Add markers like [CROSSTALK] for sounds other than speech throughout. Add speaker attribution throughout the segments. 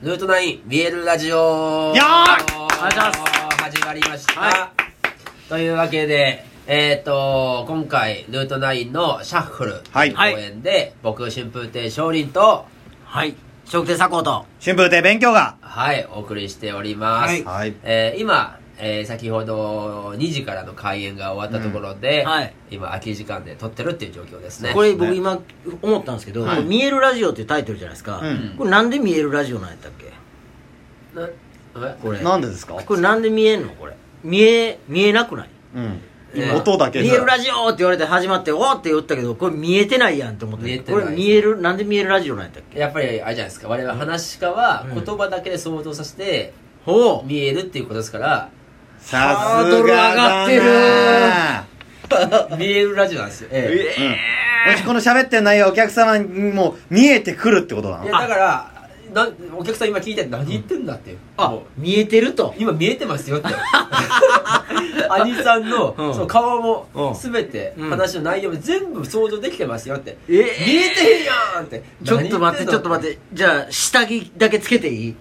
Speaker 1: ルトナイン、ビエルラジオ
Speaker 2: よーい
Speaker 1: あり
Speaker 2: ありがとうござい
Speaker 1: 始まりました。
Speaker 2: は
Speaker 1: というわけで、えっ、と、今回、ルートナインのシャッフル、
Speaker 2: はい
Speaker 1: 公演で、僕、春風亭昇林と、
Speaker 3: はい。食亭佐藤と。
Speaker 2: 春風亭勉強が。
Speaker 1: はい、お送りしております。
Speaker 3: は
Speaker 2: は
Speaker 3: い
Speaker 2: い
Speaker 1: えー今、えー先ほど2時からの開演が終わったところで、
Speaker 3: うんはい
Speaker 1: 今、空き時間で撮ってるっていう状況ですね。
Speaker 3: これ
Speaker 2: ね
Speaker 3: 僕今思ったんですけど、
Speaker 2: はい
Speaker 3: これ見えるラジオっていうタイトルじゃないですか。
Speaker 2: うん
Speaker 3: これなんで見えるラジオなんやったっけ
Speaker 1: なえ
Speaker 3: これ。
Speaker 2: なんでですか
Speaker 3: これなんで見えんのこれ。見え、見えなくない
Speaker 2: うん。
Speaker 1: えー
Speaker 2: 音だけ
Speaker 3: 見
Speaker 2: じ
Speaker 3: え
Speaker 2: ゃ
Speaker 3: る。ラジオって言われて始まって、おーって言ったけど、これ見えてないやんって思って。
Speaker 1: 見えて
Speaker 3: こ
Speaker 1: ない
Speaker 3: れ見える、なんで見えるラジオなんやったっけ
Speaker 1: やっぱりあれじゃないですか我々話し家は
Speaker 3: うん
Speaker 1: 言葉だけで想像させて
Speaker 3: ほう。
Speaker 1: 見えるっていうことですから、
Speaker 2: さ
Speaker 3: ハー
Speaker 2: す
Speaker 3: ド
Speaker 2: が
Speaker 3: ル上がってる
Speaker 2: だな
Speaker 1: [LAUGHS] 見えるラジオなんですよ、え
Speaker 2: うん。もしこの喋ってる内容お客様にも見えてくるってことな
Speaker 1: えい
Speaker 2: の
Speaker 1: やだからなお客さん今聞いて何言ってんだっていう、
Speaker 3: あ
Speaker 1: もう、
Speaker 3: 見えてると。
Speaker 1: 今見えてますよって [LAUGHS] 兄さんの,、
Speaker 3: うん
Speaker 1: その顔
Speaker 3: う
Speaker 1: も
Speaker 3: ん
Speaker 1: 全て、
Speaker 3: うん
Speaker 1: 話の内容も全部想像できてますよって、
Speaker 3: え
Speaker 1: 見えてへんやんって
Speaker 3: ちょっと待って、ちょっと待
Speaker 1: って
Speaker 3: って。じゃあ、下着だけつけていい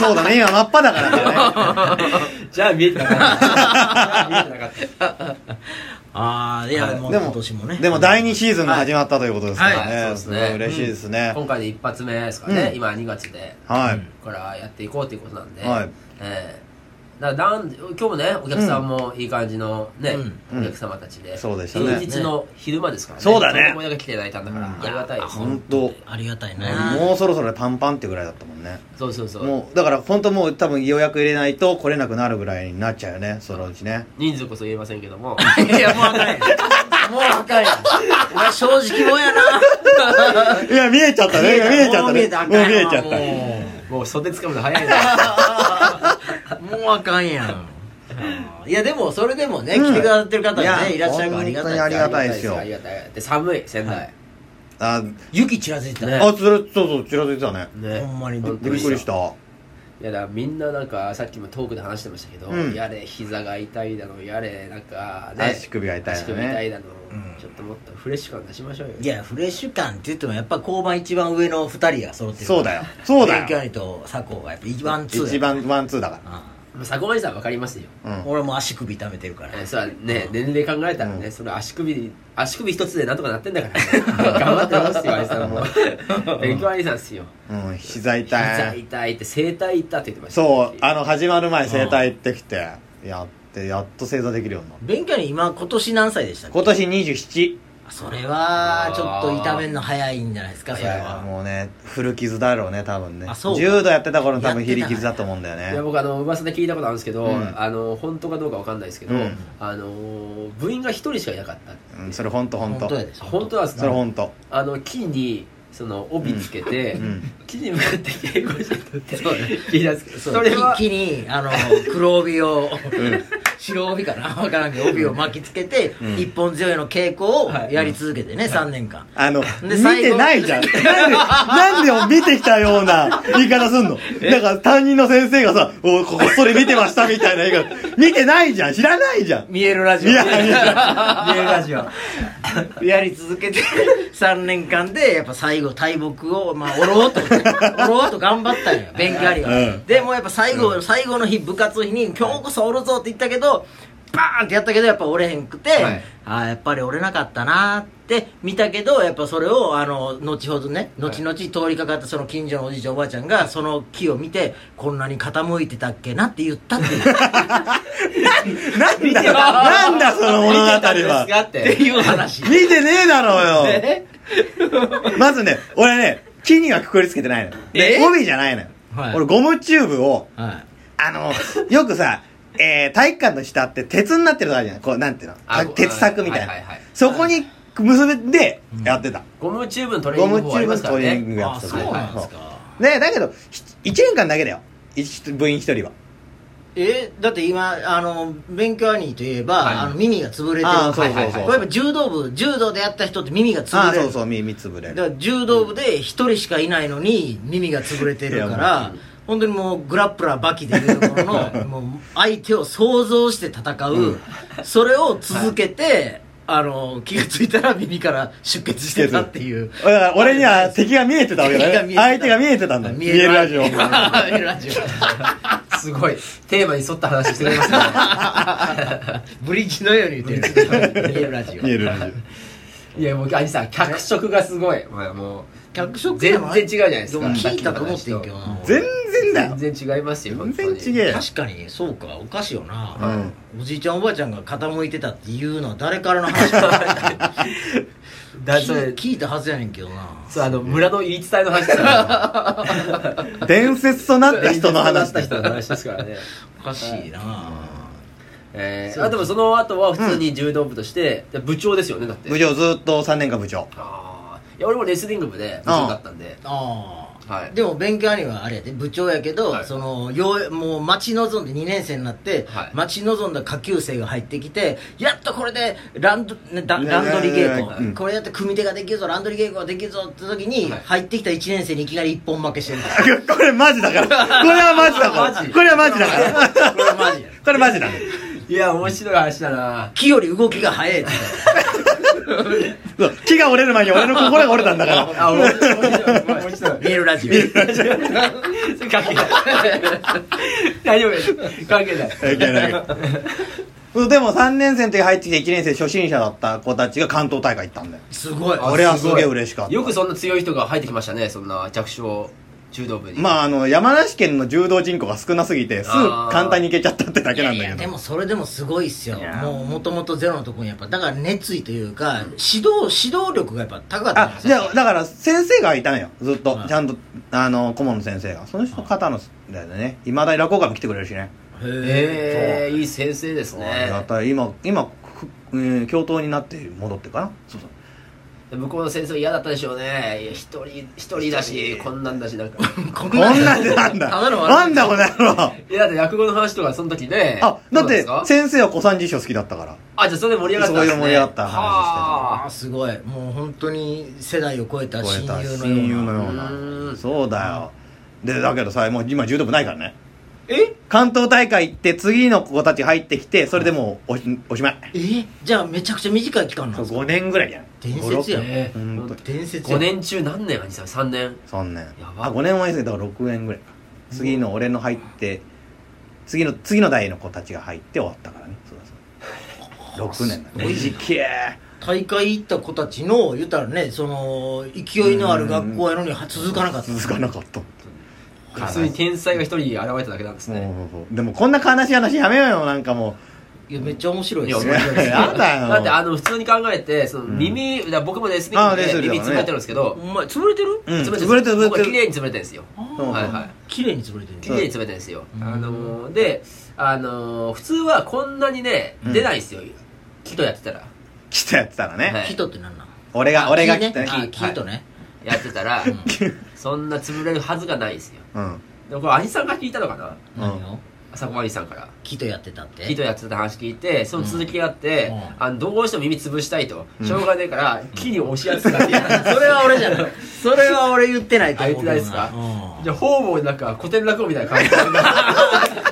Speaker 2: そうだね、今真っ裸だ
Speaker 3: [LAUGHS]
Speaker 2: からね。
Speaker 1: [LAUGHS] じゃあ見えてなかったじゃあ見えてなかった
Speaker 3: あー、いや、
Speaker 1: はい
Speaker 3: もう
Speaker 2: で
Speaker 3: 今
Speaker 2: も
Speaker 3: 年もね。、
Speaker 2: でも第2シーズンが始まったということですから
Speaker 1: はいはい
Speaker 2: ね。
Speaker 1: そ
Speaker 2: す
Speaker 1: う
Speaker 2: ご
Speaker 1: ですね
Speaker 2: い嬉しいですね。
Speaker 1: 今回で一発目ですからね、
Speaker 2: うん
Speaker 1: 今2月で
Speaker 2: はい
Speaker 3: うん。
Speaker 1: からやっていこうということなんで、
Speaker 2: はい
Speaker 1: ええだからなん今日もねお客さんもいい感じのね、
Speaker 2: うん
Speaker 1: お客様たちで、
Speaker 2: そうでしたね
Speaker 1: 平日の昼間ですからね
Speaker 2: そうだね
Speaker 1: 子供だけ来ていただいたんだから、
Speaker 2: うん
Speaker 1: ありがたいです
Speaker 2: 本当
Speaker 3: ありがたいね。
Speaker 2: もうそろそろパンパンってぐらいだったもんね。
Speaker 1: そうそうそう
Speaker 2: もう、だから本当もう多分予約入れないと来れなくなるぐらいになっちゃうよね、そのうちね。
Speaker 1: 人数こそ言えませんけども
Speaker 2: [LAUGHS]
Speaker 3: [LAUGHS] いや、もうあかんやん。もうあかんやん。お前正直もんやな。
Speaker 2: いや、見えちゃったね。 [LAUGHS] 今見えちゃったね。もう見えちゃ
Speaker 3: た
Speaker 2: っ
Speaker 3: もう見え
Speaker 2: た
Speaker 3: たあかんやん
Speaker 2: ね。
Speaker 1: もう袖つかむの早いな
Speaker 3: もうもうあかんやん。いや、でも、それでもね、来てくださってる方
Speaker 2: い
Speaker 3: が
Speaker 2: や
Speaker 3: ね、いらっしゃるからありがたいです
Speaker 2: 本当に
Speaker 3: よ。
Speaker 2: ありがたいですよ
Speaker 1: ありがたいで寒い仙台、
Speaker 2: あ、
Speaker 3: 雪ちらついてたね。
Speaker 2: あ、つら、そうそう、ちらついてたね。
Speaker 1: ね
Speaker 3: ほんまに
Speaker 1: びっ
Speaker 2: びっくりした。
Speaker 1: いやだからみんななんかさっきもトークで話してましたけど、
Speaker 2: うん
Speaker 1: やれ膝が痛いだのやれなんかね
Speaker 2: 足首が痛いだのね
Speaker 1: 足首痛いだの、
Speaker 3: うん
Speaker 1: ちょっともっとフレッシュ感出しましょうよ
Speaker 3: いや、フレッシュ感って言っても、やっぱ交番一番上の二人が揃ってる。
Speaker 2: そうだよ。そうだよ。
Speaker 3: 勉強と佐藤がやっぱ一番強い。
Speaker 2: 一。番ワンツーだか
Speaker 1: まあ坂森さんわかりますよ、
Speaker 2: ら。うん。
Speaker 3: 俺も足首痛めてるから。
Speaker 1: えーそらね年齢考えたらね、
Speaker 2: うん
Speaker 1: それ足首足首一つでなんとかなってんだから頑張ってますよ兄さんも勉強兄さんっすよ
Speaker 2: うん、膝痛
Speaker 1: 膝
Speaker 2: い。
Speaker 1: 痛いって整体痛って言ってました
Speaker 2: そう、
Speaker 1: あ
Speaker 2: あの、始まる前、整体行ってきて、やって、やっと正座できるようになった。
Speaker 3: 勉強に今、今年何歳でしたっけ
Speaker 2: 今年27。
Speaker 3: それは、ちょっと痛めんの早いんじゃないですか、
Speaker 2: い
Speaker 3: それ
Speaker 2: や、
Speaker 3: は。
Speaker 2: もうね、古傷だろうね、多分ね
Speaker 3: あそう。か
Speaker 2: 柔道やってた頃の多分、
Speaker 3: やって
Speaker 2: ひ
Speaker 3: た
Speaker 2: り傷だと思うんだよ
Speaker 1: いや
Speaker 2: ね。
Speaker 1: 僕あの噂で聞いたことあるんですけど、
Speaker 2: うん
Speaker 1: あの本当かどうかわかんないですけど、
Speaker 2: うん
Speaker 1: あのー部員が一人しかいなかったって
Speaker 2: うん、それほんとほんと。
Speaker 3: 本当やで。
Speaker 1: あ本当なんです
Speaker 2: それほ
Speaker 1: か
Speaker 2: んと。
Speaker 1: あの木にその帯つけて、
Speaker 2: うん。
Speaker 1: 木に向かって稽古してたって
Speaker 3: そうね
Speaker 1: 聞いたんですけど
Speaker 3: そ
Speaker 1: それは
Speaker 3: 一気にあの黒帯を白帯かな分からんけど帯を巻きつけて、
Speaker 2: ん
Speaker 3: 一本背負いの稽古を
Speaker 1: はい
Speaker 3: やり続けてね、3年間
Speaker 2: あの、
Speaker 3: で
Speaker 2: 見
Speaker 3: 最後
Speaker 2: てない
Speaker 3: [LAUGHS]
Speaker 2: じゃん。なんで、なんで見てきたような言い方すんのだから担任の先生がさ、おここっそり見てましたみたいな言い方。見てないじゃん知らないじゃん
Speaker 3: 見えるラジオ
Speaker 2: いやい
Speaker 1: 見えるラジオ
Speaker 3: [LAUGHS] やり続けて3年間でやっぱ最後大木をまあ折ろうと折ろうと頑張ったんよ勉強ありは、
Speaker 2: うん
Speaker 3: でもうやっぱ最後、最後の日部活の日に「今日こそ折るぞ」って言ったけどバーンってやったけどやっぱ折れへんくて、
Speaker 1: はい
Speaker 3: ああやっぱり折れなかったなーって見たけどやっぱそれをあの後ほどね後々通りかかったその近所のおじいちゃんおばあちゃんがその木を見てこんなに傾いてたっけなって言ったっていう
Speaker 2: なんだ、なんだその物語
Speaker 1: 見てた
Speaker 2: は。
Speaker 1: んですかって
Speaker 3: いう話
Speaker 2: 見てねえだろうよ。
Speaker 1: え
Speaker 2: まずね、俺ね、木にはくくりつけてないの。で、
Speaker 3: え
Speaker 2: 帯じゃないのよ
Speaker 3: はい。
Speaker 2: 俺ゴムチューブを、
Speaker 3: はい
Speaker 2: あの、よくさ、えー、体育館の下って鉄になってるとこあるじゃないこう、なんていうの
Speaker 1: あ
Speaker 2: た鉄柵みたいな
Speaker 1: はいはいはい。
Speaker 2: そこに結んでやってた。
Speaker 1: ゴムチューブのトレー
Speaker 2: ゴ
Speaker 1: ニング
Speaker 2: ム
Speaker 1: 方法
Speaker 2: チ
Speaker 1: あり
Speaker 2: ューブ
Speaker 1: ま
Speaker 2: の
Speaker 1: すから
Speaker 2: トレーニン
Speaker 1: ね
Speaker 2: グや
Speaker 3: あ
Speaker 2: ってた。
Speaker 3: そうなんですか
Speaker 2: ねだけど、ひ一年間だけだよ。一部員一人は。
Speaker 3: えだって今あの勉強兄といえば、
Speaker 1: はい
Speaker 3: あの耳が潰れてる
Speaker 2: あーそう
Speaker 1: そうそう
Speaker 3: これやっぱ柔道部柔道でやった人って耳が
Speaker 2: あ
Speaker 3: 潰
Speaker 2: あ、
Speaker 3: れる
Speaker 2: そうそう、み、みつぶれ
Speaker 3: だ
Speaker 2: る。
Speaker 3: から柔道部で一人しかいないのに耳が潰れてるか
Speaker 2: いや
Speaker 3: ら本当にもうグラップラーバキでいうとこ
Speaker 2: [LAUGHS]
Speaker 3: ろのもう相手を想像して戦う、それを続けて、あの気がついたら耳から出血してたっていう
Speaker 2: [LAUGHS] だから俺に
Speaker 3: [LAUGHS]
Speaker 2: は敵が見えてたわけだね
Speaker 3: 敵が見えてた
Speaker 2: 相手が見えてたんだ見えるラジオ
Speaker 3: [LAUGHS] 見えるラジ
Speaker 1: すごいテーマに沿った話してくれますね
Speaker 3: オブリッジのように言っ
Speaker 2: [LAUGHS]
Speaker 3: てる見えるラジオ
Speaker 2: 見えるラジ
Speaker 1: いやもう兄さん脚色がすごい、まあ、もう
Speaker 3: 脚色
Speaker 1: 全然違うじゃないですか
Speaker 3: も聞いたと思ってんけどな
Speaker 2: オ全然だよ
Speaker 1: 全然違いますよ
Speaker 2: 全然
Speaker 1: 本当に
Speaker 2: 違えよ
Speaker 3: 確かにそうかおかしいよな、
Speaker 2: うん
Speaker 3: おじいちゃんおばあちゃんが傾いてたっていうのは誰からの
Speaker 2: [LAUGHS]
Speaker 3: 話か
Speaker 1: だそ
Speaker 3: 聞
Speaker 1: れ
Speaker 3: い聞いたはずやねんけどな
Speaker 1: そうあの村の言い伝えの話ですから
Speaker 2: 伝説となった人の話
Speaker 1: だった人の話ですからね
Speaker 3: おかしいな、
Speaker 1: えー、あでもその後は普通に柔道部として、部長ですよねだって
Speaker 2: 部長ずっと3年間部長
Speaker 1: ああいや俺もレスリング部で部長だったんで
Speaker 3: ああ、
Speaker 1: はい
Speaker 3: でも勉強にはあれやで部長やけど、
Speaker 1: はい
Speaker 3: そのようもう待ち望んで2年生になって、
Speaker 1: はい
Speaker 3: 待ち望んだ下級生が入ってきてやっとこれでランド,、ね、だ
Speaker 2: いや
Speaker 3: ランドリー稽
Speaker 2: いやいやいやう
Speaker 3: 古
Speaker 2: ん
Speaker 3: これやって組み手ができるぞランドリー稽古ができるぞって時に、
Speaker 1: はい
Speaker 3: 入ってきた1年生にいきなり一本負けしてるんです
Speaker 2: [LAUGHS] これマジだからこれはマジだか
Speaker 1: マジ
Speaker 2: らこれはマジだから
Speaker 3: これは [LAUGHS] マジや
Speaker 2: これマジだね
Speaker 1: いや面白い話だな
Speaker 3: 木より動きが
Speaker 2: [LAUGHS]
Speaker 3: 早いって
Speaker 2: そう木が折れる前に俺の心が折れたんだから
Speaker 1: あ面白い面白い [LAUGHS]
Speaker 3: 見えるラジオ
Speaker 1: 関係ない大丈夫です関係ない
Speaker 2: いけない
Speaker 1: [LAUGHS]
Speaker 2: そうでも3年生の時入ってきて1年生初心者だった子たちが関東大会行ったんだよ
Speaker 3: すごい
Speaker 1: あ
Speaker 2: 俺はすげえ嬉しかった
Speaker 1: よくそんな強い人が入ってきましたねそんな弱小柔道部に
Speaker 2: まああの山梨県の柔道人口が少なすぎてすぐ簡単に行けちゃったってだけなん
Speaker 3: い
Speaker 2: だ
Speaker 3: やい
Speaker 2: け
Speaker 3: や
Speaker 2: ど
Speaker 3: でもそれでもすごいっすよ
Speaker 1: いや
Speaker 3: もうもともとゼロのとこにやっぱだから熱意というか指導指導力がやっぱ高かったん
Speaker 2: あ
Speaker 3: です
Speaker 2: じ
Speaker 3: よ
Speaker 2: ゃあだから先生がいたのよずっと、
Speaker 3: はい
Speaker 2: ちゃんとあの顧問の先生がその人肩のだよねいまだに落語会も来てくれるしね
Speaker 1: ええいい先生です
Speaker 2: ありが
Speaker 1: ね
Speaker 2: たい今今、ふえー教頭になって戻ってかなそうそう
Speaker 1: 向こうの先生嫌だったでしょうねいや一人一人だしこんなんだしなんか
Speaker 3: こん
Speaker 2: [LAUGHS] こんなんでなんだ
Speaker 3: ただの悪い
Speaker 2: なんだこの野郎
Speaker 1: いやだって落語の話とかその時ね
Speaker 2: あ
Speaker 1: そうな
Speaker 2: だって
Speaker 1: んですか
Speaker 2: 先生は小三治師匠好きだったから
Speaker 1: あじゃあそれで盛り上がったんです、ね、
Speaker 2: そういう盛り上がった話してた
Speaker 1: は
Speaker 3: あ
Speaker 1: あ
Speaker 3: ーすごいもう本当に世代を超えた
Speaker 2: 超
Speaker 3: 親
Speaker 2: え
Speaker 3: 友
Speaker 2: た
Speaker 3: の
Speaker 2: 親
Speaker 3: よ
Speaker 2: 友
Speaker 3: うな
Speaker 2: のよう
Speaker 1: うー
Speaker 2: なんそうだよでだけどさもう今柔道部ないからね
Speaker 1: え
Speaker 2: 関東大会行って次の子たち入ってきてそれでもうおしおしまい
Speaker 3: えじゃあめちゃくちゃ短い期間なんですか
Speaker 2: 5年ぐらいじゃん
Speaker 3: 伝説やん
Speaker 1: ね
Speaker 2: ほんと
Speaker 3: 伝説
Speaker 1: 5
Speaker 3: やん
Speaker 1: 年中何年兄さん3年
Speaker 2: 3年
Speaker 1: やば
Speaker 2: あ5年前ですけどだから6年ぐらいか次の俺の入って次の次の代の子たちが入って終わったからねそうだそうだ6年だね
Speaker 3: す
Speaker 2: 短え
Speaker 3: 大会行った子たちの言ったらねその勢いのある学校やのに続かなかった
Speaker 2: 続かなかった
Speaker 1: 普通に天才が一人現れただけなんですね
Speaker 2: もうでもこんな悲しい話やめようよなんかも
Speaker 3: いやめっちゃ面白い
Speaker 1: い
Speaker 3: で
Speaker 1: や
Speaker 3: す
Speaker 1: 面白いですね
Speaker 2: やだよ
Speaker 1: だってあの普通に考えてその耳、だから僕もレスリング
Speaker 2: あレス
Speaker 1: で
Speaker 2: リング
Speaker 1: 耳
Speaker 2: だ
Speaker 1: つ
Speaker 2: ね
Speaker 1: ぶれてるんですけど、
Speaker 3: お前潰れてる
Speaker 2: うん
Speaker 1: つぶ
Speaker 2: 潰れてる潰れてる
Speaker 1: 僕は綺麗につぶれてるんですよ
Speaker 2: う、うん
Speaker 1: はいはい
Speaker 3: 綺麗に潰れてる
Speaker 1: 綺麗に詰めてるんですよ、
Speaker 3: うん
Speaker 1: あのーで、あのー普通はこんなにね
Speaker 2: うん
Speaker 1: 出ないですよ、木とやってたら
Speaker 2: 来たやってたらね、
Speaker 1: はい
Speaker 3: キトってなんなん
Speaker 2: 俺が俺が来
Speaker 3: キ
Speaker 2: た
Speaker 3: ね
Speaker 2: ね
Speaker 3: あ
Speaker 1: ね
Speaker 3: キトね
Speaker 1: やってた
Speaker 2: [LAUGHS]
Speaker 1: ら、
Speaker 3: ん
Speaker 1: そんな潰れるはずがないですよ
Speaker 2: うん
Speaker 1: でもこれ兄さんが聞いたのかな
Speaker 2: うん
Speaker 3: 何を
Speaker 1: 朝子兄さんから
Speaker 3: キトやってたって
Speaker 1: 木とやってた話聞いてその続きがあって、
Speaker 3: うん
Speaker 1: あのどうしても耳潰したいと、
Speaker 2: うん
Speaker 1: しょうがねえから木に押し当てたっていう
Speaker 3: [LAUGHS] [LAUGHS] それは俺じゃないそれは俺言ってないと思うけど
Speaker 1: あ言ってないっす
Speaker 3: う
Speaker 1: [LAUGHS]
Speaker 3: ん
Speaker 1: じゃあ方々になんか古典落語みたいな感
Speaker 3: [LAUGHS]
Speaker 1: じで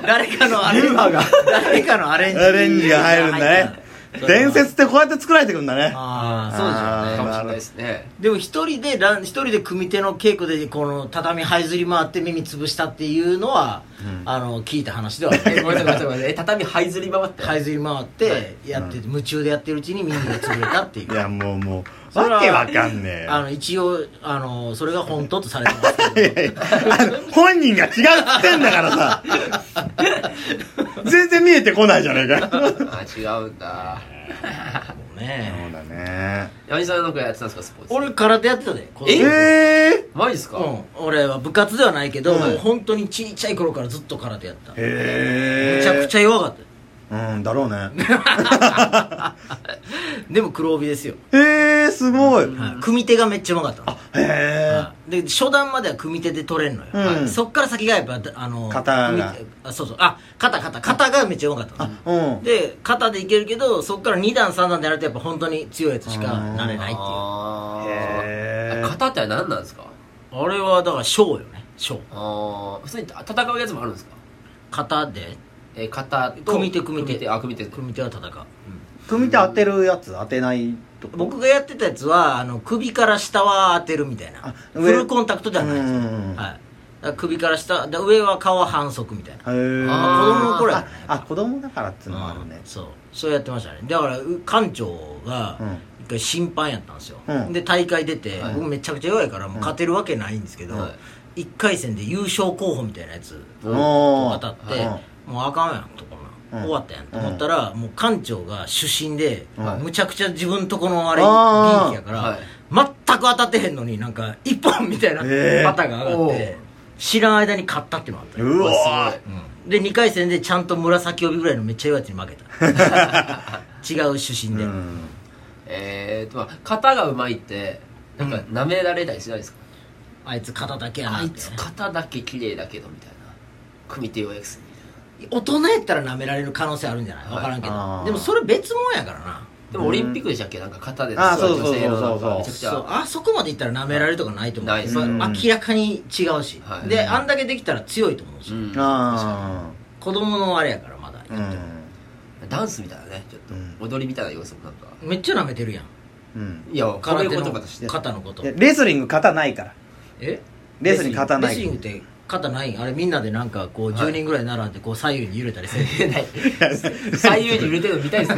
Speaker 3: 誰かのアレンジ
Speaker 1: ユーマが
Speaker 3: 誰かのアレンジ
Speaker 2: アレンジが入るんだね伝説ってこうやって作られてくんだね
Speaker 3: ああそうでしょうね
Speaker 2: あー
Speaker 1: かもしれないですね
Speaker 3: でも一人でラン一人で組手の稽古でこの畳這いずり回って耳潰したっていうのは、
Speaker 2: うん
Speaker 3: あの聞いた話ではな
Speaker 1: え [LAUGHS]
Speaker 3: い
Speaker 1: ごめんなさいごめんなさいごめんなさいえ畳這いずり回って
Speaker 3: 這いずり回ってやってて、夢中でやってるうちに耳が潰れたってい
Speaker 2: [LAUGHS] いうやもうもう
Speaker 3: それは
Speaker 2: わけわかんねえよ
Speaker 3: あの一応あのそれが本当とされてます
Speaker 2: い [LAUGHS]
Speaker 3: けど
Speaker 2: やいやあの本人が違うっつってんだからさ全然見えてこないじゃないか
Speaker 1: [LAUGHS]
Speaker 3: [LAUGHS]
Speaker 1: あ違うんだ
Speaker 3: もうね
Speaker 2: だね
Speaker 1: 八木さんなんかやってたんですかスポーツ
Speaker 3: 俺空手やってたで
Speaker 2: え
Speaker 1: え
Speaker 2: え
Speaker 1: マジですか、
Speaker 3: うん、俺は部活ではないけど、
Speaker 2: うん
Speaker 3: もう本当にちっちゃい頃からずっと空手やった
Speaker 2: へえ
Speaker 3: めちゃくちゃ弱かったよ
Speaker 2: ゃうんだろうね
Speaker 3: でも黒帯ですよ、
Speaker 2: へえすごいへ
Speaker 3: はい組手がめっちゃうまかったの
Speaker 2: え
Speaker 3: はいで初段までは組手で取れんのよ、
Speaker 2: うん
Speaker 3: はいそっから先がやっぱあの
Speaker 2: 肩が
Speaker 3: 組手あそうそうあ肩肩肩がめっちゃうまかったの
Speaker 2: うん
Speaker 3: で肩でいけるけどそっから2段3段でやるとやっぱ本当に強いやつしかなれないっていう
Speaker 1: あ
Speaker 3: あ
Speaker 2: へ
Speaker 1: ー
Speaker 2: ー
Speaker 1: 型って何なんですか
Speaker 3: れはだから小よね小
Speaker 1: あー普通に戦うやつもあるんですか
Speaker 3: 肩で
Speaker 1: えー、型と
Speaker 3: 組手組手
Speaker 1: あ組手
Speaker 3: 組手は戦う、
Speaker 2: 組手当てるやつ当てないとか
Speaker 3: 僕がやってたやつはあの首から下は当てるみたいな
Speaker 2: あ
Speaker 3: フ
Speaker 2: 上
Speaker 3: ルコンタクトじゃないです
Speaker 2: うんうんうん
Speaker 3: はいだから首から下で上は顔は反則みたいな
Speaker 2: へー
Speaker 1: あー子供の
Speaker 3: 頃や
Speaker 2: ああ子供だからっつうのもあるね
Speaker 3: うんそうそうやってましたねだからう館長が
Speaker 2: うん
Speaker 3: 一回審判やったんですよ、
Speaker 2: うん
Speaker 3: で大会出て、
Speaker 1: はい
Speaker 3: 僕めちゃくちゃ弱いからもう勝てるわけないんですけど、
Speaker 1: はい
Speaker 3: 一1回戦で優勝候補みたいなやつ
Speaker 1: うん
Speaker 2: おー
Speaker 3: 当たって、
Speaker 2: うん
Speaker 3: もうあかんやんとこな、
Speaker 2: うん
Speaker 3: 終わったやんと思ったら、もう館長が主審で、
Speaker 1: はい
Speaker 3: むちゃくちゃ自分とこのあれ
Speaker 2: あー
Speaker 3: 元気やから、
Speaker 1: はい
Speaker 3: 全く当たってへんのになんか一本みたいな
Speaker 2: えー
Speaker 3: パターンが上がって、
Speaker 1: おう
Speaker 3: 知らん間に勝ったっていうのがあったよ
Speaker 2: うわ
Speaker 1: わす
Speaker 3: うんで2回戦でちゃんと紫帯ぐらいのめっちゃ弱いやつに負けた違う主審
Speaker 2: う
Speaker 3: で、
Speaker 2: ん
Speaker 1: えーっとまあ型がうまいってなんか舐められたりしないですか、
Speaker 3: あいつ肩だけやな
Speaker 1: あ
Speaker 3: っ
Speaker 1: い
Speaker 3: て
Speaker 1: つ型だけ綺麗だけどみたいな組手予約するみたいな
Speaker 3: 大人やったら舐められる可能性あるんじゃない分からんけど、
Speaker 2: あー
Speaker 3: でもそれ別もんやからな
Speaker 1: でもオリンピックでしたっけなんか型で
Speaker 2: あー
Speaker 1: 座る
Speaker 2: そうそうそうそう
Speaker 1: 女性のなんかめちゃくちゃ
Speaker 3: そうあそこまでいったら舐められるとかないと思う
Speaker 1: ないです
Speaker 3: まあ
Speaker 2: うん
Speaker 3: 明らかに違うし、
Speaker 1: はい
Speaker 3: であんだけできたら強いと思うんですよ、
Speaker 1: うん
Speaker 2: あ
Speaker 3: 子供のあれやからまだ
Speaker 2: ーうん
Speaker 1: ダンスみたいなねちょっと、
Speaker 2: うん
Speaker 1: 踊りみたいな要素もなんか
Speaker 3: めっちゃ舐めてるやん
Speaker 2: うん
Speaker 1: いやこうい
Speaker 3: 空
Speaker 1: う
Speaker 3: 手
Speaker 1: 言
Speaker 3: の
Speaker 1: 葉と
Speaker 2: [LAUGHS]
Speaker 1: して
Speaker 3: 肩のこと
Speaker 2: いやレスリング型ないから
Speaker 3: え
Speaker 2: レスリング肩ない
Speaker 3: レスリングって肩ないあれみんなでなんかこう10人ぐらい並んでこう左右に揺れたりする、
Speaker 1: 左右に揺れてるの見たいです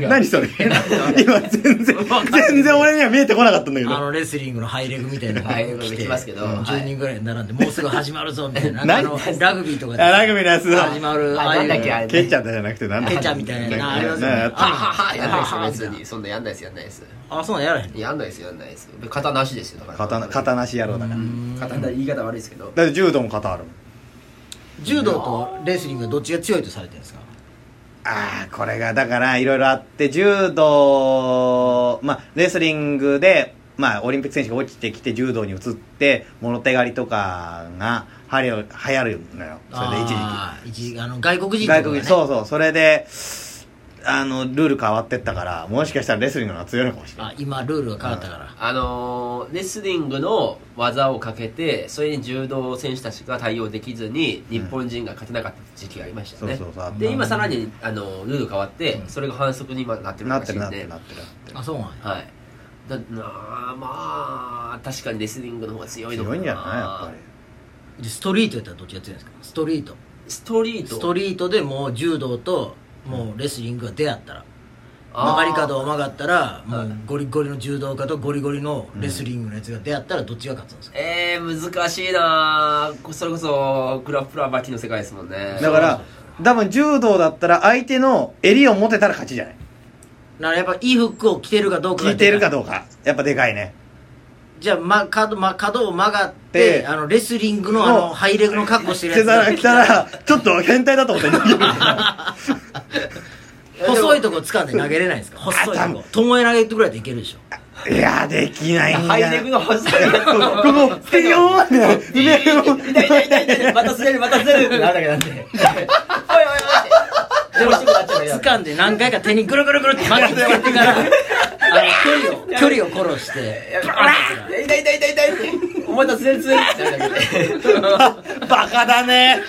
Speaker 1: ね
Speaker 2: [LAUGHS] 何それ今全然全然俺には見えてこなかったんだけ
Speaker 3: あ
Speaker 2: ど
Speaker 3: のレスリングのハイレグみたいなの
Speaker 1: ハイレグできますけど
Speaker 3: うん
Speaker 1: はい
Speaker 3: 10人ぐらい並んでもうすぐ始まるぞみたいな
Speaker 2: 何
Speaker 3: なんかあのラグビーとかで
Speaker 2: あラグビーのやつだ
Speaker 3: 始まるああい
Speaker 1: な
Speaker 3: うん
Speaker 1: だっけあれ
Speaker 2: ケチャじゃなくてなんだ
Speaker 3: ケチャみたいなのありますよね
Speaker 2: なん
Speaker 1: あは
Speaker 2: か
Speaker 1: はやんないですよ別にそんなやんないですやんないです
Speaker 3: あそうなんやらへん
Speaker 1: やんないですやんないです型なしですよだから
Speaker 2: 刀刀なし野郎だから
Speaker 1: 型な言い方悪いですけど
Speaker 2: だって柔道も型あるもん
Speaker 3: 柔道とレスリングはどっちが強いとされてるんですか
Speaker 2: ああこれがだからいろいろあって柔道まあレスリングでまあオリンピック選手が落ちてきて柔道に移って物手狩りとかがはり流行るのよそれで一時期
Speaker 3: 時期一時期あの外国人とか
Speaker 2: 外
Speaker 3: が
Speaker 2: 国
Speaker 3: ね
Speaker 2: 人そうそうそれであのルール変わってったからもしかしたらレスリングの方が強いのかもしれない
Speaker 3: あ今ルールが変わったから
Speaker 1: あのーレスリングの技をかけてそれに柔道選手たちが対応できずに日本人が勝てなかった時期がありましたよね、
Speaker 2: そうそうそうあった
Speaker 1: で今さらに、あのルール変わって、それが反則に今なってる
Speaker 2: な
Speaker 1: ら
Speaker 2: っ
Speaker 1: していん
Speaker 2: る
Speaker 1: で
Speaker 2: なってるなってる
Speaker 3: あそうなんや
Speaker 1: はいだなあまあ確かにレスリングの方が強いのか
Speaker 2: 強
Speaker 1: ない
Speaker 2: んじゃないやっぱり
Speaker 3: でストリートやったらどっちが強いんですかストリート
Speaker 1: ストリート
Speaker 3: ストリートでもう柔道ともうレスリングが出会ったら
Speaker 1: あー
Speaker 3: 曲がり角を曲がったらもうゴリゴリの柔道家とゴリゴリのレスリングのやつが出会ったらどっちが勝つんですか
Speaker 1: えー、難しいなあそれこそグラップラーバキの世界ですもんね
Speaker 2: だから多分柔道だったら相手の襟を持てたら勝ちじゃない
Speaker 3: ならやっぱいい服を着てるかどうかが
Speaker 2: 効いてるか
Speaker 3: でか
Speaker 2: どうかやっぱでかいね
Speaker 3: じゃあ、ま、角ま、角を曲がって
Speaker 2: で
Speaker 3: あのレスリングのあのハイレグの格好してる
Speaker 2: セザ
Speaker 3: や
Speaker 2: ラ
Speaker 3: つ
Speaker 2: 来たらちょっと変態だと思って逃げる
Speaker 3: 細いとこ掴んで投げれないんですか細い
Speaker 2: あ多
Speaker 3: とこ
Speaker 2: 分
Speaker 3: 巴投げってぐらいでいけるでしょ
Speaker 2: いやできないんだ
Speaker 1: ハイテクの細いやつ
Speaker 2: [LAUGHS] こここピヨーン [LAUGHS] って
Speaker 1: 痛い痛い痛い痛い痛いまた滑るまた滑るってなるだけなんでおいおいおいでもしくなっちゃうから
Speaker 3: 掴んで何回か手にぐるぐるぐるって巻きつけてからあの距離を距離を殺してバーンっ
Speaker 1: 痛
Speaker 3: て
Speaker 1: い痛い痛い痛い痛いお前た滑る滑るってなるだけで
Speaker 2: バカだね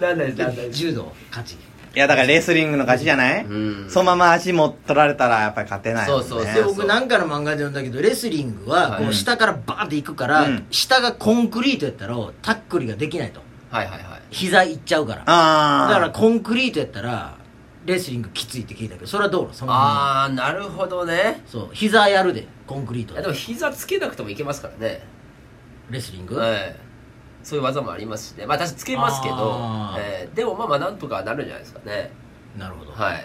Speaker 1: なんないですなんないです
Speaker 3: 柔道勝ち
Speaker 2: いやだからレスリングの勝ちじゃない、
Speaker 1: うん
Speaker 2: そのまま足も取られたらやっぱり勝てないもん、ね、
Speaker 1: そうそう
Speaker 3: で
Speaker 1: そう
Speaker 3: 僕なんかの漫画で読んだけどレスリングはこ
Speaker 1: は
Speaker 3: う
Speaker 1: い
Speaker 3: 下からバーンっていくから、
Speaker 2: うん
Speaker 3: 下がコンクリートやったらタックルができないと
Speaker 1: はいはいはい
Speaker 3: 膝いっちゃうからだ
Speaker 2: ああ
Speaker 3: からコンクリートやったらレスリングきついって聞いたけどそれはどうなのその辺は
Speaker 1: ああなるほどね
Speaker 3: そう膝やるでコンクリート
Speaker 1: いやでも膝つけなくてもいけますからね
Speaker 3: レスリング、
Speaker 1: はいそういう技もありますしねまあ私つけますけど
Speaker 3: あ、ー
Speaker 1: えーでもまあまあなんとかなるんじゃないですかね
Speaker 3: なるほど、
Speaker 1: はい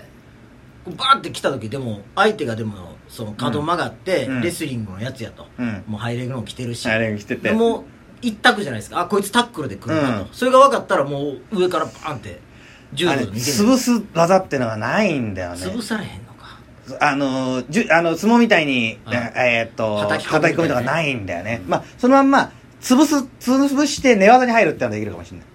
Speaker 3: こうバーンって来た時でも相手がでもその角曲がって、
Speaker 2: うん
Speaker 3: レスリングのやつやと、
Speaker 2: うん
Speaker 3: もうハイレグのも着てるし
Speaker 2: あれ来てて
Speaker 3: でもう一択じゃないですかあこいつタックルで来るなと、
Speaker 2: うん
Speaker 3: それが分かったらもう上からバーンって柔道
Speaker 2: あ
Speaker 3: で
Speaker 2: れ
Speaker 3: 逃げる
Speaker 2: 潰す技ってのがないんだよね
Speaker 3: 潰されへんのか
Speaker 2: あのじゅあの相撲みたいに、
Speaker 3: はい
Speaker 2: えーっと
Speaker 3: 叩き込む
Speaker 2: 叩き込みとかないんだよね、まあそのまんま潰す潰して寝技に入るってのはできるかもしれない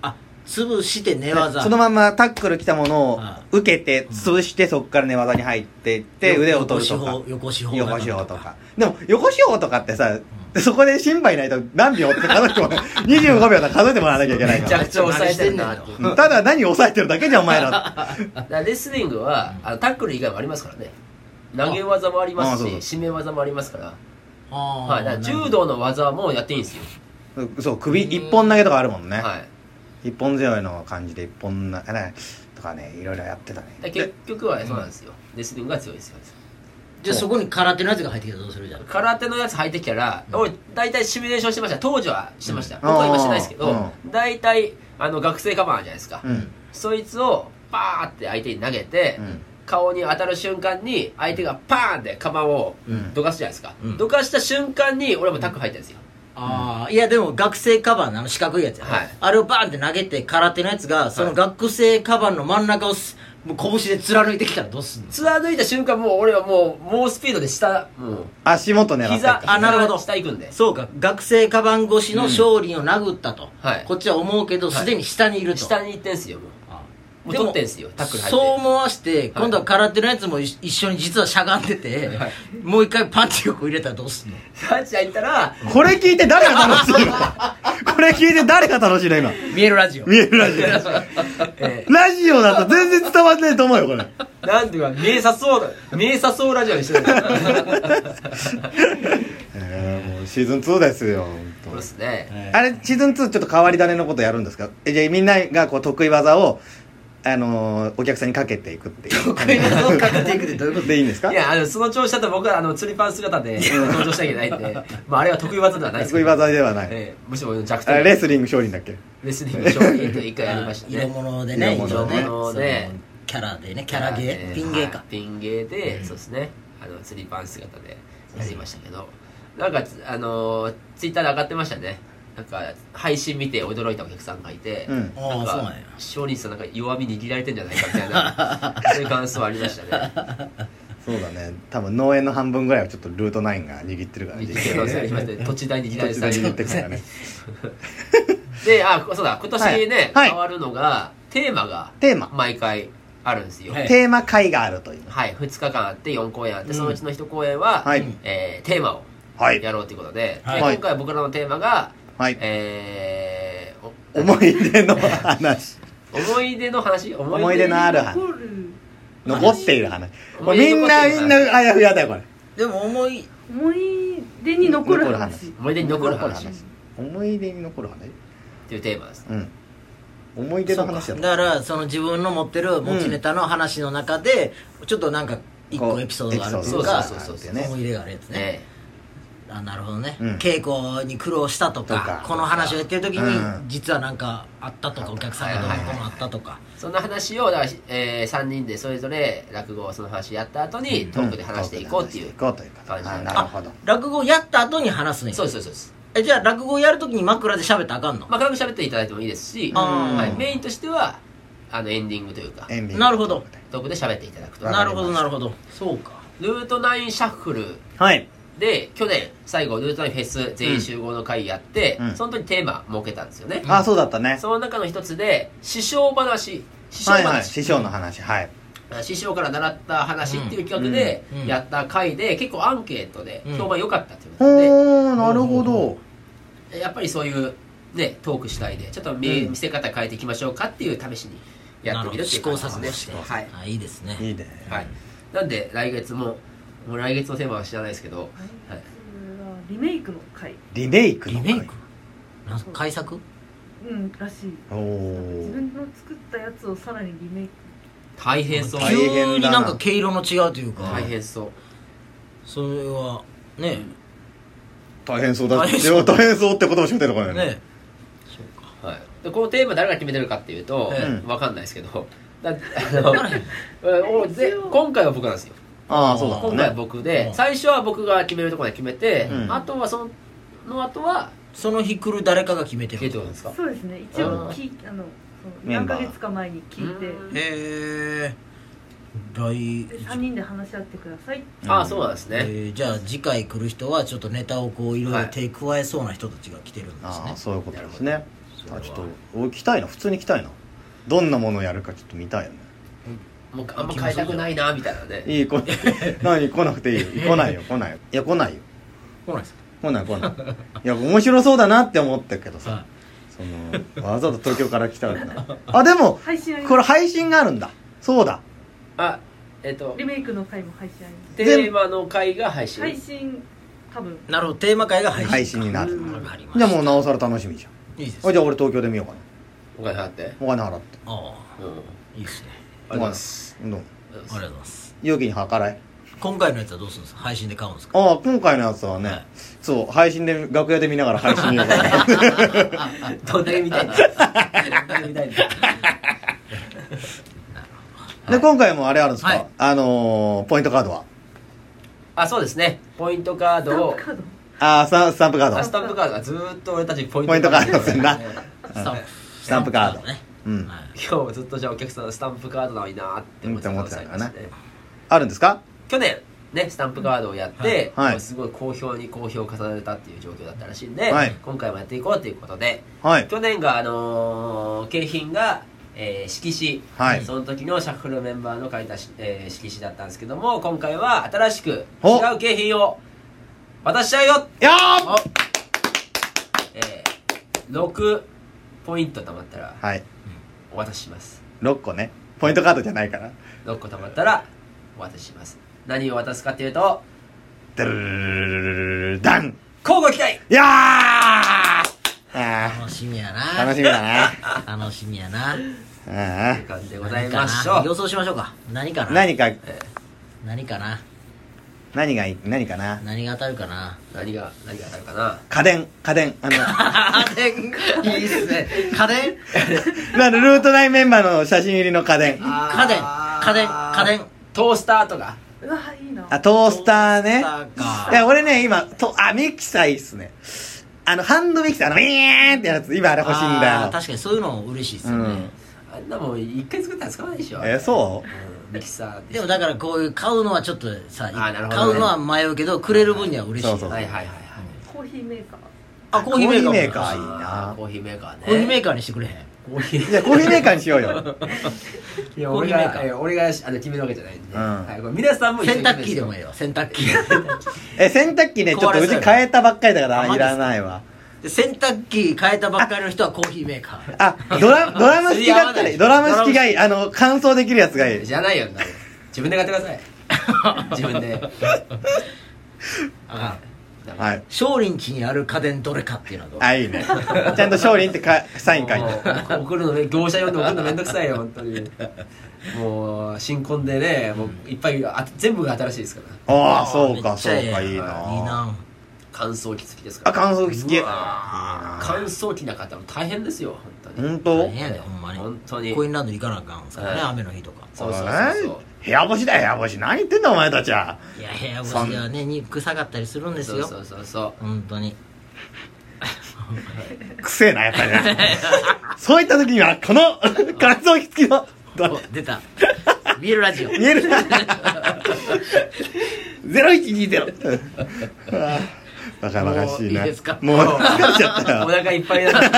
Speaker 3: あ潰して寝技
Speaker 2: そのまんまタックル来たものを
Speaker 3: あ
Speaker 2: 受けて潰してそこから寝技に入っていって
Speaker 3: よ
Speaker 2: 腕を取るとか
Speaker 3: 横四方横四方
Speaker 2: 横四方とかでも横四方とかってさでそこで審判いないと何秒って数えてもらう25秒だ数えてもらわなきゃいけない
Speaker 1: [LAUGHS] めち
Speaker 2: か
Speaker 1: ゃ
Speaker 2: ら
Speaker 1: くちゃ抑えてんねんと
Speaker 2: うんただ何を抑えてるだけじゃんお前ら
Speaker 1: だからレスリングはあのタックル以外もありますからね投げ技もありま
Speaker 2: あ
Speaker 1: す
Speaker 2: そう
Speaker 1: し
Speaker 2: そう
Speaker 1: 締め技もありますから,、
Speaker 3: あー
Speaker 1: はい、だから柔道の技もやっていいんですよ、
Speaker 2: そう首一本投げとかあるもんね、
Speaker 1: はい、
Speaker 2: 一本背負いの感じで一本なねとかねいろいろやってたね
Speaker 1: だから結局はそうなんですよ、レスリングが強いですよ
Speaker 3: じゃあそこに空手のやつが入ってきたらどうするじゃん
Speaker 1: 空手のやつ入ってきたら、俺大体シミュレーションしてました当時はしてました、
Speaker 2: ん
Speaker 1: 僕は今してないですけ
Speaker 2: う
Speaker 1: ど、大体あの学生カバンあるじゃないですか、
Speaker 2: うん
Speaker 1: そいつをバーって相手に投げて、
Speaker 2: うん
Speaker 1: 顔に当たる瞬間に相手がパーンって釜を
Speaker 2: うん
Speaker 1: どかすじゃないですか、
Speaker 3: うん
Speaker 1: どかした瞬間に俺もタック入ったんですよ、
Speaker 3: ああいやでも学生カバンのあの四角いやつや、
Speaker 1: はい
Speaker 3: あれをバーンって投げて空手のやつがその学生カバンの真ん中をすもう拳で貫いてきたらどうすんの
Speaker 1: 貫いた瞬間もう俺はもう猛スピードで下も
Speaker 2: 足元
Speaker 1: う
Speaker 2: 狙って
Speaker 1: 膝
Speaker 2: た
Speaker 3: あなるほど
Speaker 1: 膝下行くんで
Speaker 3: そうか学生カバン越しの勝利を殴ったと、
Speaker 1: はい
Speaker 3: こっちは思うけど
Speaker 1: はい
Speaker 3: すでに下にいると、
Speaker 1: 下に行ってんすよも
Speaker 3: あ
Speaker 1: うもう取ってんすよタックル入って
Speaker 3: そう思わして今度は空手のやつも一一緒に実はしゃがんでて、
Speaker 1: はい
Speaker 3: もう一回パンチ力入れたらどうすんの
Speaker 1: パンチ入ったら [LAUGHS]
Speaker 2: これ聞いて誰が楽しいのこれ聞いて誰が楽しいの今
Speaker 3: 見えるラジオ
Speaker 2: 見えるラジ
Speaker 1: え
Speaker 2: オラジオだと全然伝わんないと思うよこれ
Speaker 1: ーなんていうか見えさそうだ見えさそうラジオにしてる
Speaker 2: えーもうシーズン2です
Speaker 1: そ
Speaker 2: よ
Speaker 1: う
Speaker 2: 本
Speaker 1: ですね
Speaker 2: 当。あれシーズン2ちょっと変わり種のことやるんですかえじゃあみんながこう得意技をあのーお客さんにかけていくっていう
Speaker 3: 得意なのをかけていくってどういうこと
Speaker 2: でいいんですか
Speaker 1: いやあのその調子だと僕はあの釣りパン姿で登場しなきゃいけないんで、まあ、あれは得意技ではないです
Speaker 2: 得意技ではない、
Speaker 1: えーむしろ弱
Speaker 2: あ
Speaker 1: 点
Speaker 2: れレスリング勝利だっけ
Speaker 1: レスリング勝利って一回やりましたね
Speaker 3: 色物でね
Speaker 2: 色物ね
Speaker 3: 一応
Speaker 1: ね
Speaker 3: そのキャラでねキャラゲー、
Speaker 1: えー
Speaker 3: ピンゲーか、
Speaker 1: はいピンゲーで、
Speaker 3: うん
Speaker 1: そうですねあの釣りパン姿でやりましたけど、なんかつあのーツイッターで上がってましたねなんか配信見て驚いたお客さんがいて、
Speaker 2: うん
Speaker 3: あ
Speaker 1: なん
Speaker 3: あそうなん
Speaker 1: か
Speaker 3: や
Speaker 1: 勝利さんなんか弱み握られてんじゃないかみたいなそういう感想ありましたね
Speaker 2: そうだね多分農園の半分ぐらいはちょっとルート9が握ってるから
Speaker 1: 握ってる可能性ありますね土地代握られてたり
Speaker 2: 握ってるからね
Speaker 1: であそうだ今年ね、
Speaker 2: はいはい
Speaker 1: 変わるのがテーマが
Speaker 2: テーマ
Speaker 1: 毎回あるんですよ
Speaker 3: は
Speaker 1: はいい、
Speaker 2: テーマ会があるという
Speaker 1: 2日間あって4公演あってそのうちの1公演は、
Speaker 2: はい
Speaker 1: えーテーマを
Speaker 2: はい
Speaker 1: やろうということで、
Speaker 3: はい
Speaker 1: で今回僕らのテーマが、
Speaker 2: はい
Speaker 1: えーお
Speaker 2: 思い出の話
Speaker 1: 思い出の話思
Speaker 2: 思い出のある話残っている話もうみん
Speaker 1: 思い
Speaker 2: な
Speaker 1: 出
Speaker 2: み
Speaker 1: 残っている話
Speaker 2: んなあやふやだよこれ
Speaker 3: でも思い
Speaker 4: 思い出に残る話
Speaker 1: 思い出に残る話っ
Speaker 2: 思い出に残る話
Speaker 1: ていうテーマです
Speaker 2: うん思い出の話だ
Speaker 3: だ
Speaker 2: った
Speaker 3: からその自分の持ってる持ちネタの話の中で、ちょっとなんか一
Speaker 2: こ
Speaker 3: 個
Speaker 2: う
Speaker 3: エピソードがあると
Speaker 2: エ
Speaker 3: い
Speaker 2: ピ
Speaker 1: そう
Speaker 2: ソ
Speaker 3: う
Speaker 2: ードが
Speaker 3: か
Speaker 2: ある
Speaker 1: そうそうそう
Speaker 2: ってね
Speaker 3: 思い入れがあるやつね
Speaker 1: え
Speaker 3: あなるほどね、
Speaker 2: うん
Speaker 3: 稽古に苦労したとか
Speaker 2: とか
Speaker 3: この話をやってる時
Speaker 2: う
Speaker 3: に
Speaker 2: ん
Speaker 3: 実はなんかあったとか、お客さんがどうのこうのあったとか、
Speaker 1: えそんな話をだから、え3人でそれぞれ落語をその話やった後にトークで話していこうっていう、
Speaker 2: トークで話していこうという感じ
Speaker 1: 感
Speaker 2: あ
Speaker 1: じ
Speaker 2: なるほど
Speaker 3: 落語やった後に話すんや
Speaker 1: そうですそうですそうです
Speaker 3: えじゃあ落語やる時に枕で喋ったらあかんの、
Speaker 1: まあ軽く喋っていただいてもいいですし、
Speaker 3: あ
Speaker 2: ー
Speaker 1: はい、メインとしてはあのエンディングというか
Speaker 2: エンディング
Speaker 3: なるほど
Speaker 1: トークで喋っていただくと
Speaker 2: わか
Speaker 3: な
Speaker 2: り
Speaker 3: る
Speaker 2: ました
Speaker 3: ほどなるほどそうか
Speaker 1: ルート9シャッフル
Speaker 2: はい
Speaker 1: で去年最後ルートナインフェス全員集合の会やって、
Speaker 2: うん
Speaker 1: その時にテーマ設けたんですよね、
Speaker 2: あそうだったね
Speaker 1: その中の一つで師匠話師匠
Speaker 2: はい
Speaker 1: 話、
Speaker 2: はい師匠の話はい
Speaker 1: 師匠から習った話っていう企画で
Speaker 3: うんうん
Speaker 1: やった回で結構アンケートで
Speaker 3: うん
Speaker 1: 評判良かったっていう
Speaker 2: お
Speaker 1: ことで、
Speaker 2: ーなるほど
Speaker 1: やっぱりそういうねトーク主体でちょっと見,、
Speaker 2: うん
Speaker 1: せ方変えていきましょうかっていう試しにやってみるってい
Speaker 3: 試
Speaker 1: う感
Speaker 3: 行
Speaker 1: じ
Speaker 3: 錯誤
Speaker 1: で
Speaker 3: し
Speaker 1: す
Speaker 3: て、
Speaker 1: ねはい、
Speaker 3: あいいですね
Speaker 2: いいね
Speaker 1: はい、なんで来月ももう来月のテーマは知らないですけど、はい、
Speaker 4: リメイクの回
Speaker 2: リメイク
Speaker 3: リ
Speaker 2: の
Speaker 3: メ
Speaker 2: 回
Speaker 3: イクなんか改作
Speaker 4: うんらしい
Speaker 2: お
Speaker 4: 自
Speaker 2: お
Speaker 4: 分の作ったやつをさらにリメイク
Speaker 1: 大変そう
Speaker 2: 大変だな
Speaker 3: 急になんか毛色の違うというか
Speaker 1: 大変そう
Speaker 3: それはね
Speaker 2: 大変そうだ
Speaker 3: 大変
Speaker 2: い
Speaker 3: そう
Speaker 2: や大変そうってこともしか出てこないよね
Speaker 3: ねそうか
Speaker 1: はい、でこのテーマ誰が決めてるかっていうと、
Speaker 3: え
Speaker 2: え
Speaker 1: わかんないですけどだあのおぜ今回は僕なんですよ
Speaker 2: ああそうだ
Speaker 1: 今
Speaker 2: っ
Speaker 1: 回
Speaker 2: た
Speaker 1: は
Speaker 2: ね
Speaker 1: 僕
Speaker 3: う
Speaker 1: で
Speaker 3: ん
Speaker 1: 最初は僕が決めるところで決めて、
Speaker 2: うん
Speaker 1: あとはそのその後は
Speaker 3: その日来る誰かが決めて
Speaker 1: 聞いて
Speaker 3: る
Speaker 1: ことですか
Speaker 4: そうですね一応きあのその
Speaker 2: メン
Speaker 4: 何
Speaker 2: バー
Speaker 4: ヶ月か前に聞いて
Speaker 1: うん
Speaker 3: へえ来
Speaker 4: で3人で話し合ってください
Speaker 1: ああそうなんですね、
Speaker 3: えーじゃあ次回来る人はちょっとネタをこういろいろ手加えそうな人たちが来てるんです
Speaker 2: あ
Speaker 3: ね
Speaker 2: あ、そういうことですね
Speaker 1: な
Speaker 2: あ
Speaker 1: る
Speaker 2: ちょ
Speaker 1: ほ
Speaker 2: っ
Speaker 1: ど
Speaker 2: とお来たいな普通に来たいなどんなものをやるかちょっと見たいよね
Speaker 1: もうあんま変えたくないなみたいなね
Speaker 2: [LAUGHS] いいこ何来なくていいよ来ないよ来ないよいや来ないよ
Speaker 3: 来ないですか
Speaker 2: 来ない来ないいや面白そうだなって思ったけど
Speaker 3: は
Speaker 2: さそのわざと東京から来たんだあでも
Speaker 4: 配信あり
Speaker 2: こ
Speaker 4: ま
Speaker 2: れ配信があるんだそうだ
Speaker 1: あえっ、と
Speaker 4: すリメイクの回も配信あ
Speaker 1: テ
Speaker 4: りま
Speaker 1: ーマの回が配
Speaker 4: す
Speaker 1: 信
Speaker 4: 配信多分
Speaker 3: いなるほどテーマ会が配信
Speaker 2: 配信になる
Speaker 3: わかりまし
Speaker 2: じゃ
Speaker 3: た
Speaker 2: あもうなおさら楽しみじゃん
Speaker 3: いいです
Speaker 2: あ
Speaker 3: ね
Speaker 2: じゃあ俺東京で見ようかな
Speaker 1: お金払って
Speaker 2: お金払って
Speaker 3: あ
Speaker 1: うんありがとう
Speaker 3: あいいですね
Speaker 1: ございます
Speaker 2: ど
Speaker 1: あ
Speaker 2: う
Speaker 1: りがとうご
Speaker 3: あり
Speaker 1: ざいま
Speaker 3: がとうございます
Speaker 2: 容器に計らい
Speaker 3: 今回のやつはどうするんですか配信で買うんですか
Speaker 2: ああ今回のやつはね、
Speaker 3: はい
Speaker 2: そう配信で楽屋で見ながら配信見ようかな
Speaker 1: すどんだけ見たいんだど
Speaker 3: [LAUGHS]
Speaker 1: んだけ見たいんだ
Speaker 2: で今回もあれあるんですか、
Speaker 3: はい
Speaker 2: あのーポイントカードは
Speaker 1: あそうですねポイントカー
Speaker 4: スタ
Speaker 1: ド
Speaker 4: ン
Speaker 1: を
Speaker 4: プカード
Speaker 2: ああスタスタンプカード
Speaker 1: あスタンプカードがずーっと俺たちにポイン
Speaker 2: ポイントカー
Speaker 1: で
Speaker 2: ド
Speaker 1: す
Speaker 2: な
Speaker 3: スタンプ
Speaker 2: スタンプカード
Speaker 3: ね
Speaker 2: うん
Speaker 3: はい
Speaker 1: [LAUGHS] 今日ずっとじゃあお客さんのスタンプカードないなーって思ってたのが最後ですね
Speaker 2: あるんですか
Speaker 1: 去年ねスタンプカードをやって、
Speaker 2: はいはい
Speaker 1: すごい好評に好評を重ねたっていう状況だったらしいんで、
Speaker 2: はい
Speaker 1: 今回もやっていこうということで
Speaker 2: はい
Speaker 1: 去年があのー景品が、えー色紙、
Speaker 2: はい
Speaker 1: その時のシャッフルメンバーの書いたし、えー色紙だったんですけども今回は新しく違
Speaker 2: お
Speaker 1: う景品を渡しちゃうよ
Speaker 2: いやー
Speaker 1: おえー、6ポイント貯まったら
Speaker 2: はい
Speaker 1: お渡しします
Speaker 2: 6個ねポイントカードじゃないから
Speaker 1: 6個貯まったらお渡しします何を渡すかというと
Speaker 2: ドゥルルルルルルルダン
Speaker 1: 交互期待
Speaker 2: いやーあー
Speaker 3: 楽しみや
Speaker 2: 楽
Speaker 3: な
Speaker 2: しみだな
Speaker 3: 楽しみやな
Speaker 2: あ
Speaker 1: という感じでございましょ
Speaker 3: 何かな予
Speaker 1: う
Speaker 3: 想しましょうか何か
Speaker 2: ー
Speaker 3: な
Speaker 2: 何か
Speaker 3: 何かな
Speaker 2: 何がいい何かな
Speaker 3: 何が当たるかな
Speaker 1: 何が何が当たるかな
Speaker 2: 家電家電あの
Speaker 3: 家電いいっすね家電
Speaker 2: まあルートナインメンバーの写真入りの家電
Speaker 3: 家電家電家電
Speaker 1: トースターとか
Speaker 4: うわいいな
Speaker 2: あトースターね
Speaker 3: トースターか
Speaker 2: いや俺ね今とあミキサーいいっすねあのハンドミキサーあのウィーンってやつ今あれ欲しいん
Speaker 3: あー
Speaker 2: だ
Speaker 3: 確かにそういうの嬉しいです
Speaker 2: よ
Speaker 3: よ
Speaker 2: う
Speaker 3: ね
Speaker 2: ん、
Speaker 1: あんなもん一回作ったら使わないでしょ
Speaker 2: えそう
Speaker 1: うんミキサー
Speaker 3: でもだからこういう買うのはちょっとさ、
Speaker 1: あーなるほどね
Speaker 3: 買うのは迷うけどくれる分には嬉しい
Speaker 2: そうそう
Speaker 1: はいはいはいはい
Speaker 4: コーヒーメーカー
Speaker 3: あコーヒーメーカーも
Speaker 2: コーヒーメーカー
Speaker 1: あ
Speaker 2: いいな
Speaker 1: コーヒーメーカーね
Speaker 3: コーヒーメーカーにしてくれへん
Speaker 1: コーヒー
Speaker 2: じゃあコーヒーメーカーにしよう
Speaker 3: [LAUGHS]
Speaker 2: よ
Speaker 1: いや
Speaker 3: コー
Speaker 1: 俺
Speaker 3: ヒーメーカー
Speaker 1: がいや俺があの決めるわけじゃないんで、
Speaker 2: うん
Speaker 1: はい、これ皆さんも一緒
Speaker 3: 洗
Speaker 1: に
Speaker 3: 濯機でもえ
Speaker 1: い
Speaker 3: えわ洗濯機
Speaker 2: え洗濯機ねちょっとうち変えたばっかりだからいらないわ
Speaker 3: で洗濯機変えたばっかりの人はコーヒーメーカー
Speaker 2: あド
Speaker 3: [LAUGHS]
Speaker 2: ラドラム式だったらい
Speaker 1: す
Speaker 2: い
Speaker 1: り合わ
Speaker 2: ドラ
Speaker 1: ない
Speaker 2: ム式がいいあの乾燥できるやつがいい
Speaker 1: じゃないよな自分で買ってください [LAUGHS] 自分で
Speaker 3: あかん
Speaker 2: はい
Speaker 3: 少林寺にある家電どれかっていうのはどう
Speaker 2: あいいねちゃんと勝利ってかサイン書い
Speaker 3: [LAUGHS]
Speaker 1: も
Speaker 2: て
Speaker 1: う送るのね業者呼んで送るのめんどくさいよ本当にもう新婚でねもういっぱいあ全部が新しいですから
Speaker 2: ああそう
Speaker 3: め
Speaker 2: か
Speaker 3: っ
Speaker 2: そ
Speaker 3: ち
Speaker 2: う
Speaker 3: ゃ
Speaker 2: か
Speaker 3: ええやん
Speaker 2: いい
Speaker 3: いい
Speaker 2: な
Speaker 3: な
Speaker 1: 乾燥機付きですか
Speaker 2: あ
Speaker 1: ら
Speaker 2: 乾燥機付き
Speaker 1: うわー
Speaker 2: い
Speaker 1: 乾
Speaker 2: いな
Speaker 1: 燥機なかったら大変ですよ本当に
Speaker 2: 本
Speaker 3: 大
Speaker 2: 当
Speaker 3: 変やでほんまに
Speaker 1: 本当に
Speaker 3: コインランドリー行かなあかんすからね
Speaker 1: はい
Speaker 3: 雨の日とか
Speaker 1: そうそう
Speaker 2: え
Speaker 1: そうそう
Speaker 2: ー部屋干しだよ部屋干し何言ってんだお前たちはい
Speaker 3: や部屋干しではねに臭かったりするんですよ
Speaker 1: そうそうそう
Speaker 3: 本当に
Speaker 2: くせえなやっぱりなそういった時にはこの乾燥機付きの
Speaker 3: お出たビールラジオ
Speaker 2: 見えるな0120あーバカバカしいな
Speaker 3: もういいですか
Speaker 2: もう疲れちゃった
Speaker 1: お
Speaker 2: よ
Speaker 1: 腹いっぱいに
Speaker 2: [LAUGHS]
Speaker 1: なる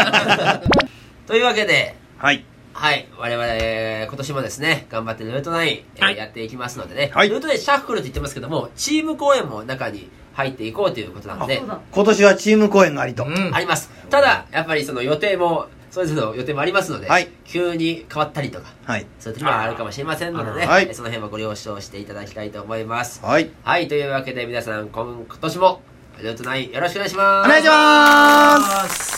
Speaker 1: というわけで
Speaker 2: はい
Speaker 1: はい我々えー今年もですね頑張ってルートナイン、えー
Speaker 3: はい
Speaker 1: やっていきますのでね、
Speaker 2: はい
Speaker 1: ルートナインシャッフルって言ってますけどもチーム公演も中に入っていこうということなんで
Speaker 4: そうだ
Speaker 2: 今年はチーム公演がありと、
Speaker 3: うん
Speaker 1: [LAUGHS] あります。ただ、やっぱりその予定も、それぞれの予定もありますので、
Speaker 2: はい
Speaker 1: 急に変わったりとか、
Speaker 2: はい
Speaker 1: そういう時もあるかもしれませんのでね、
Speaker 2: あはい
Speaker 1: その辺はご了承していただきたいと思います。
Speaker 2: はい
Speaker 1: はい、というわけで皆さん、今今年も、ルートナインよろしくお願いします。
Speaker 2: お願いします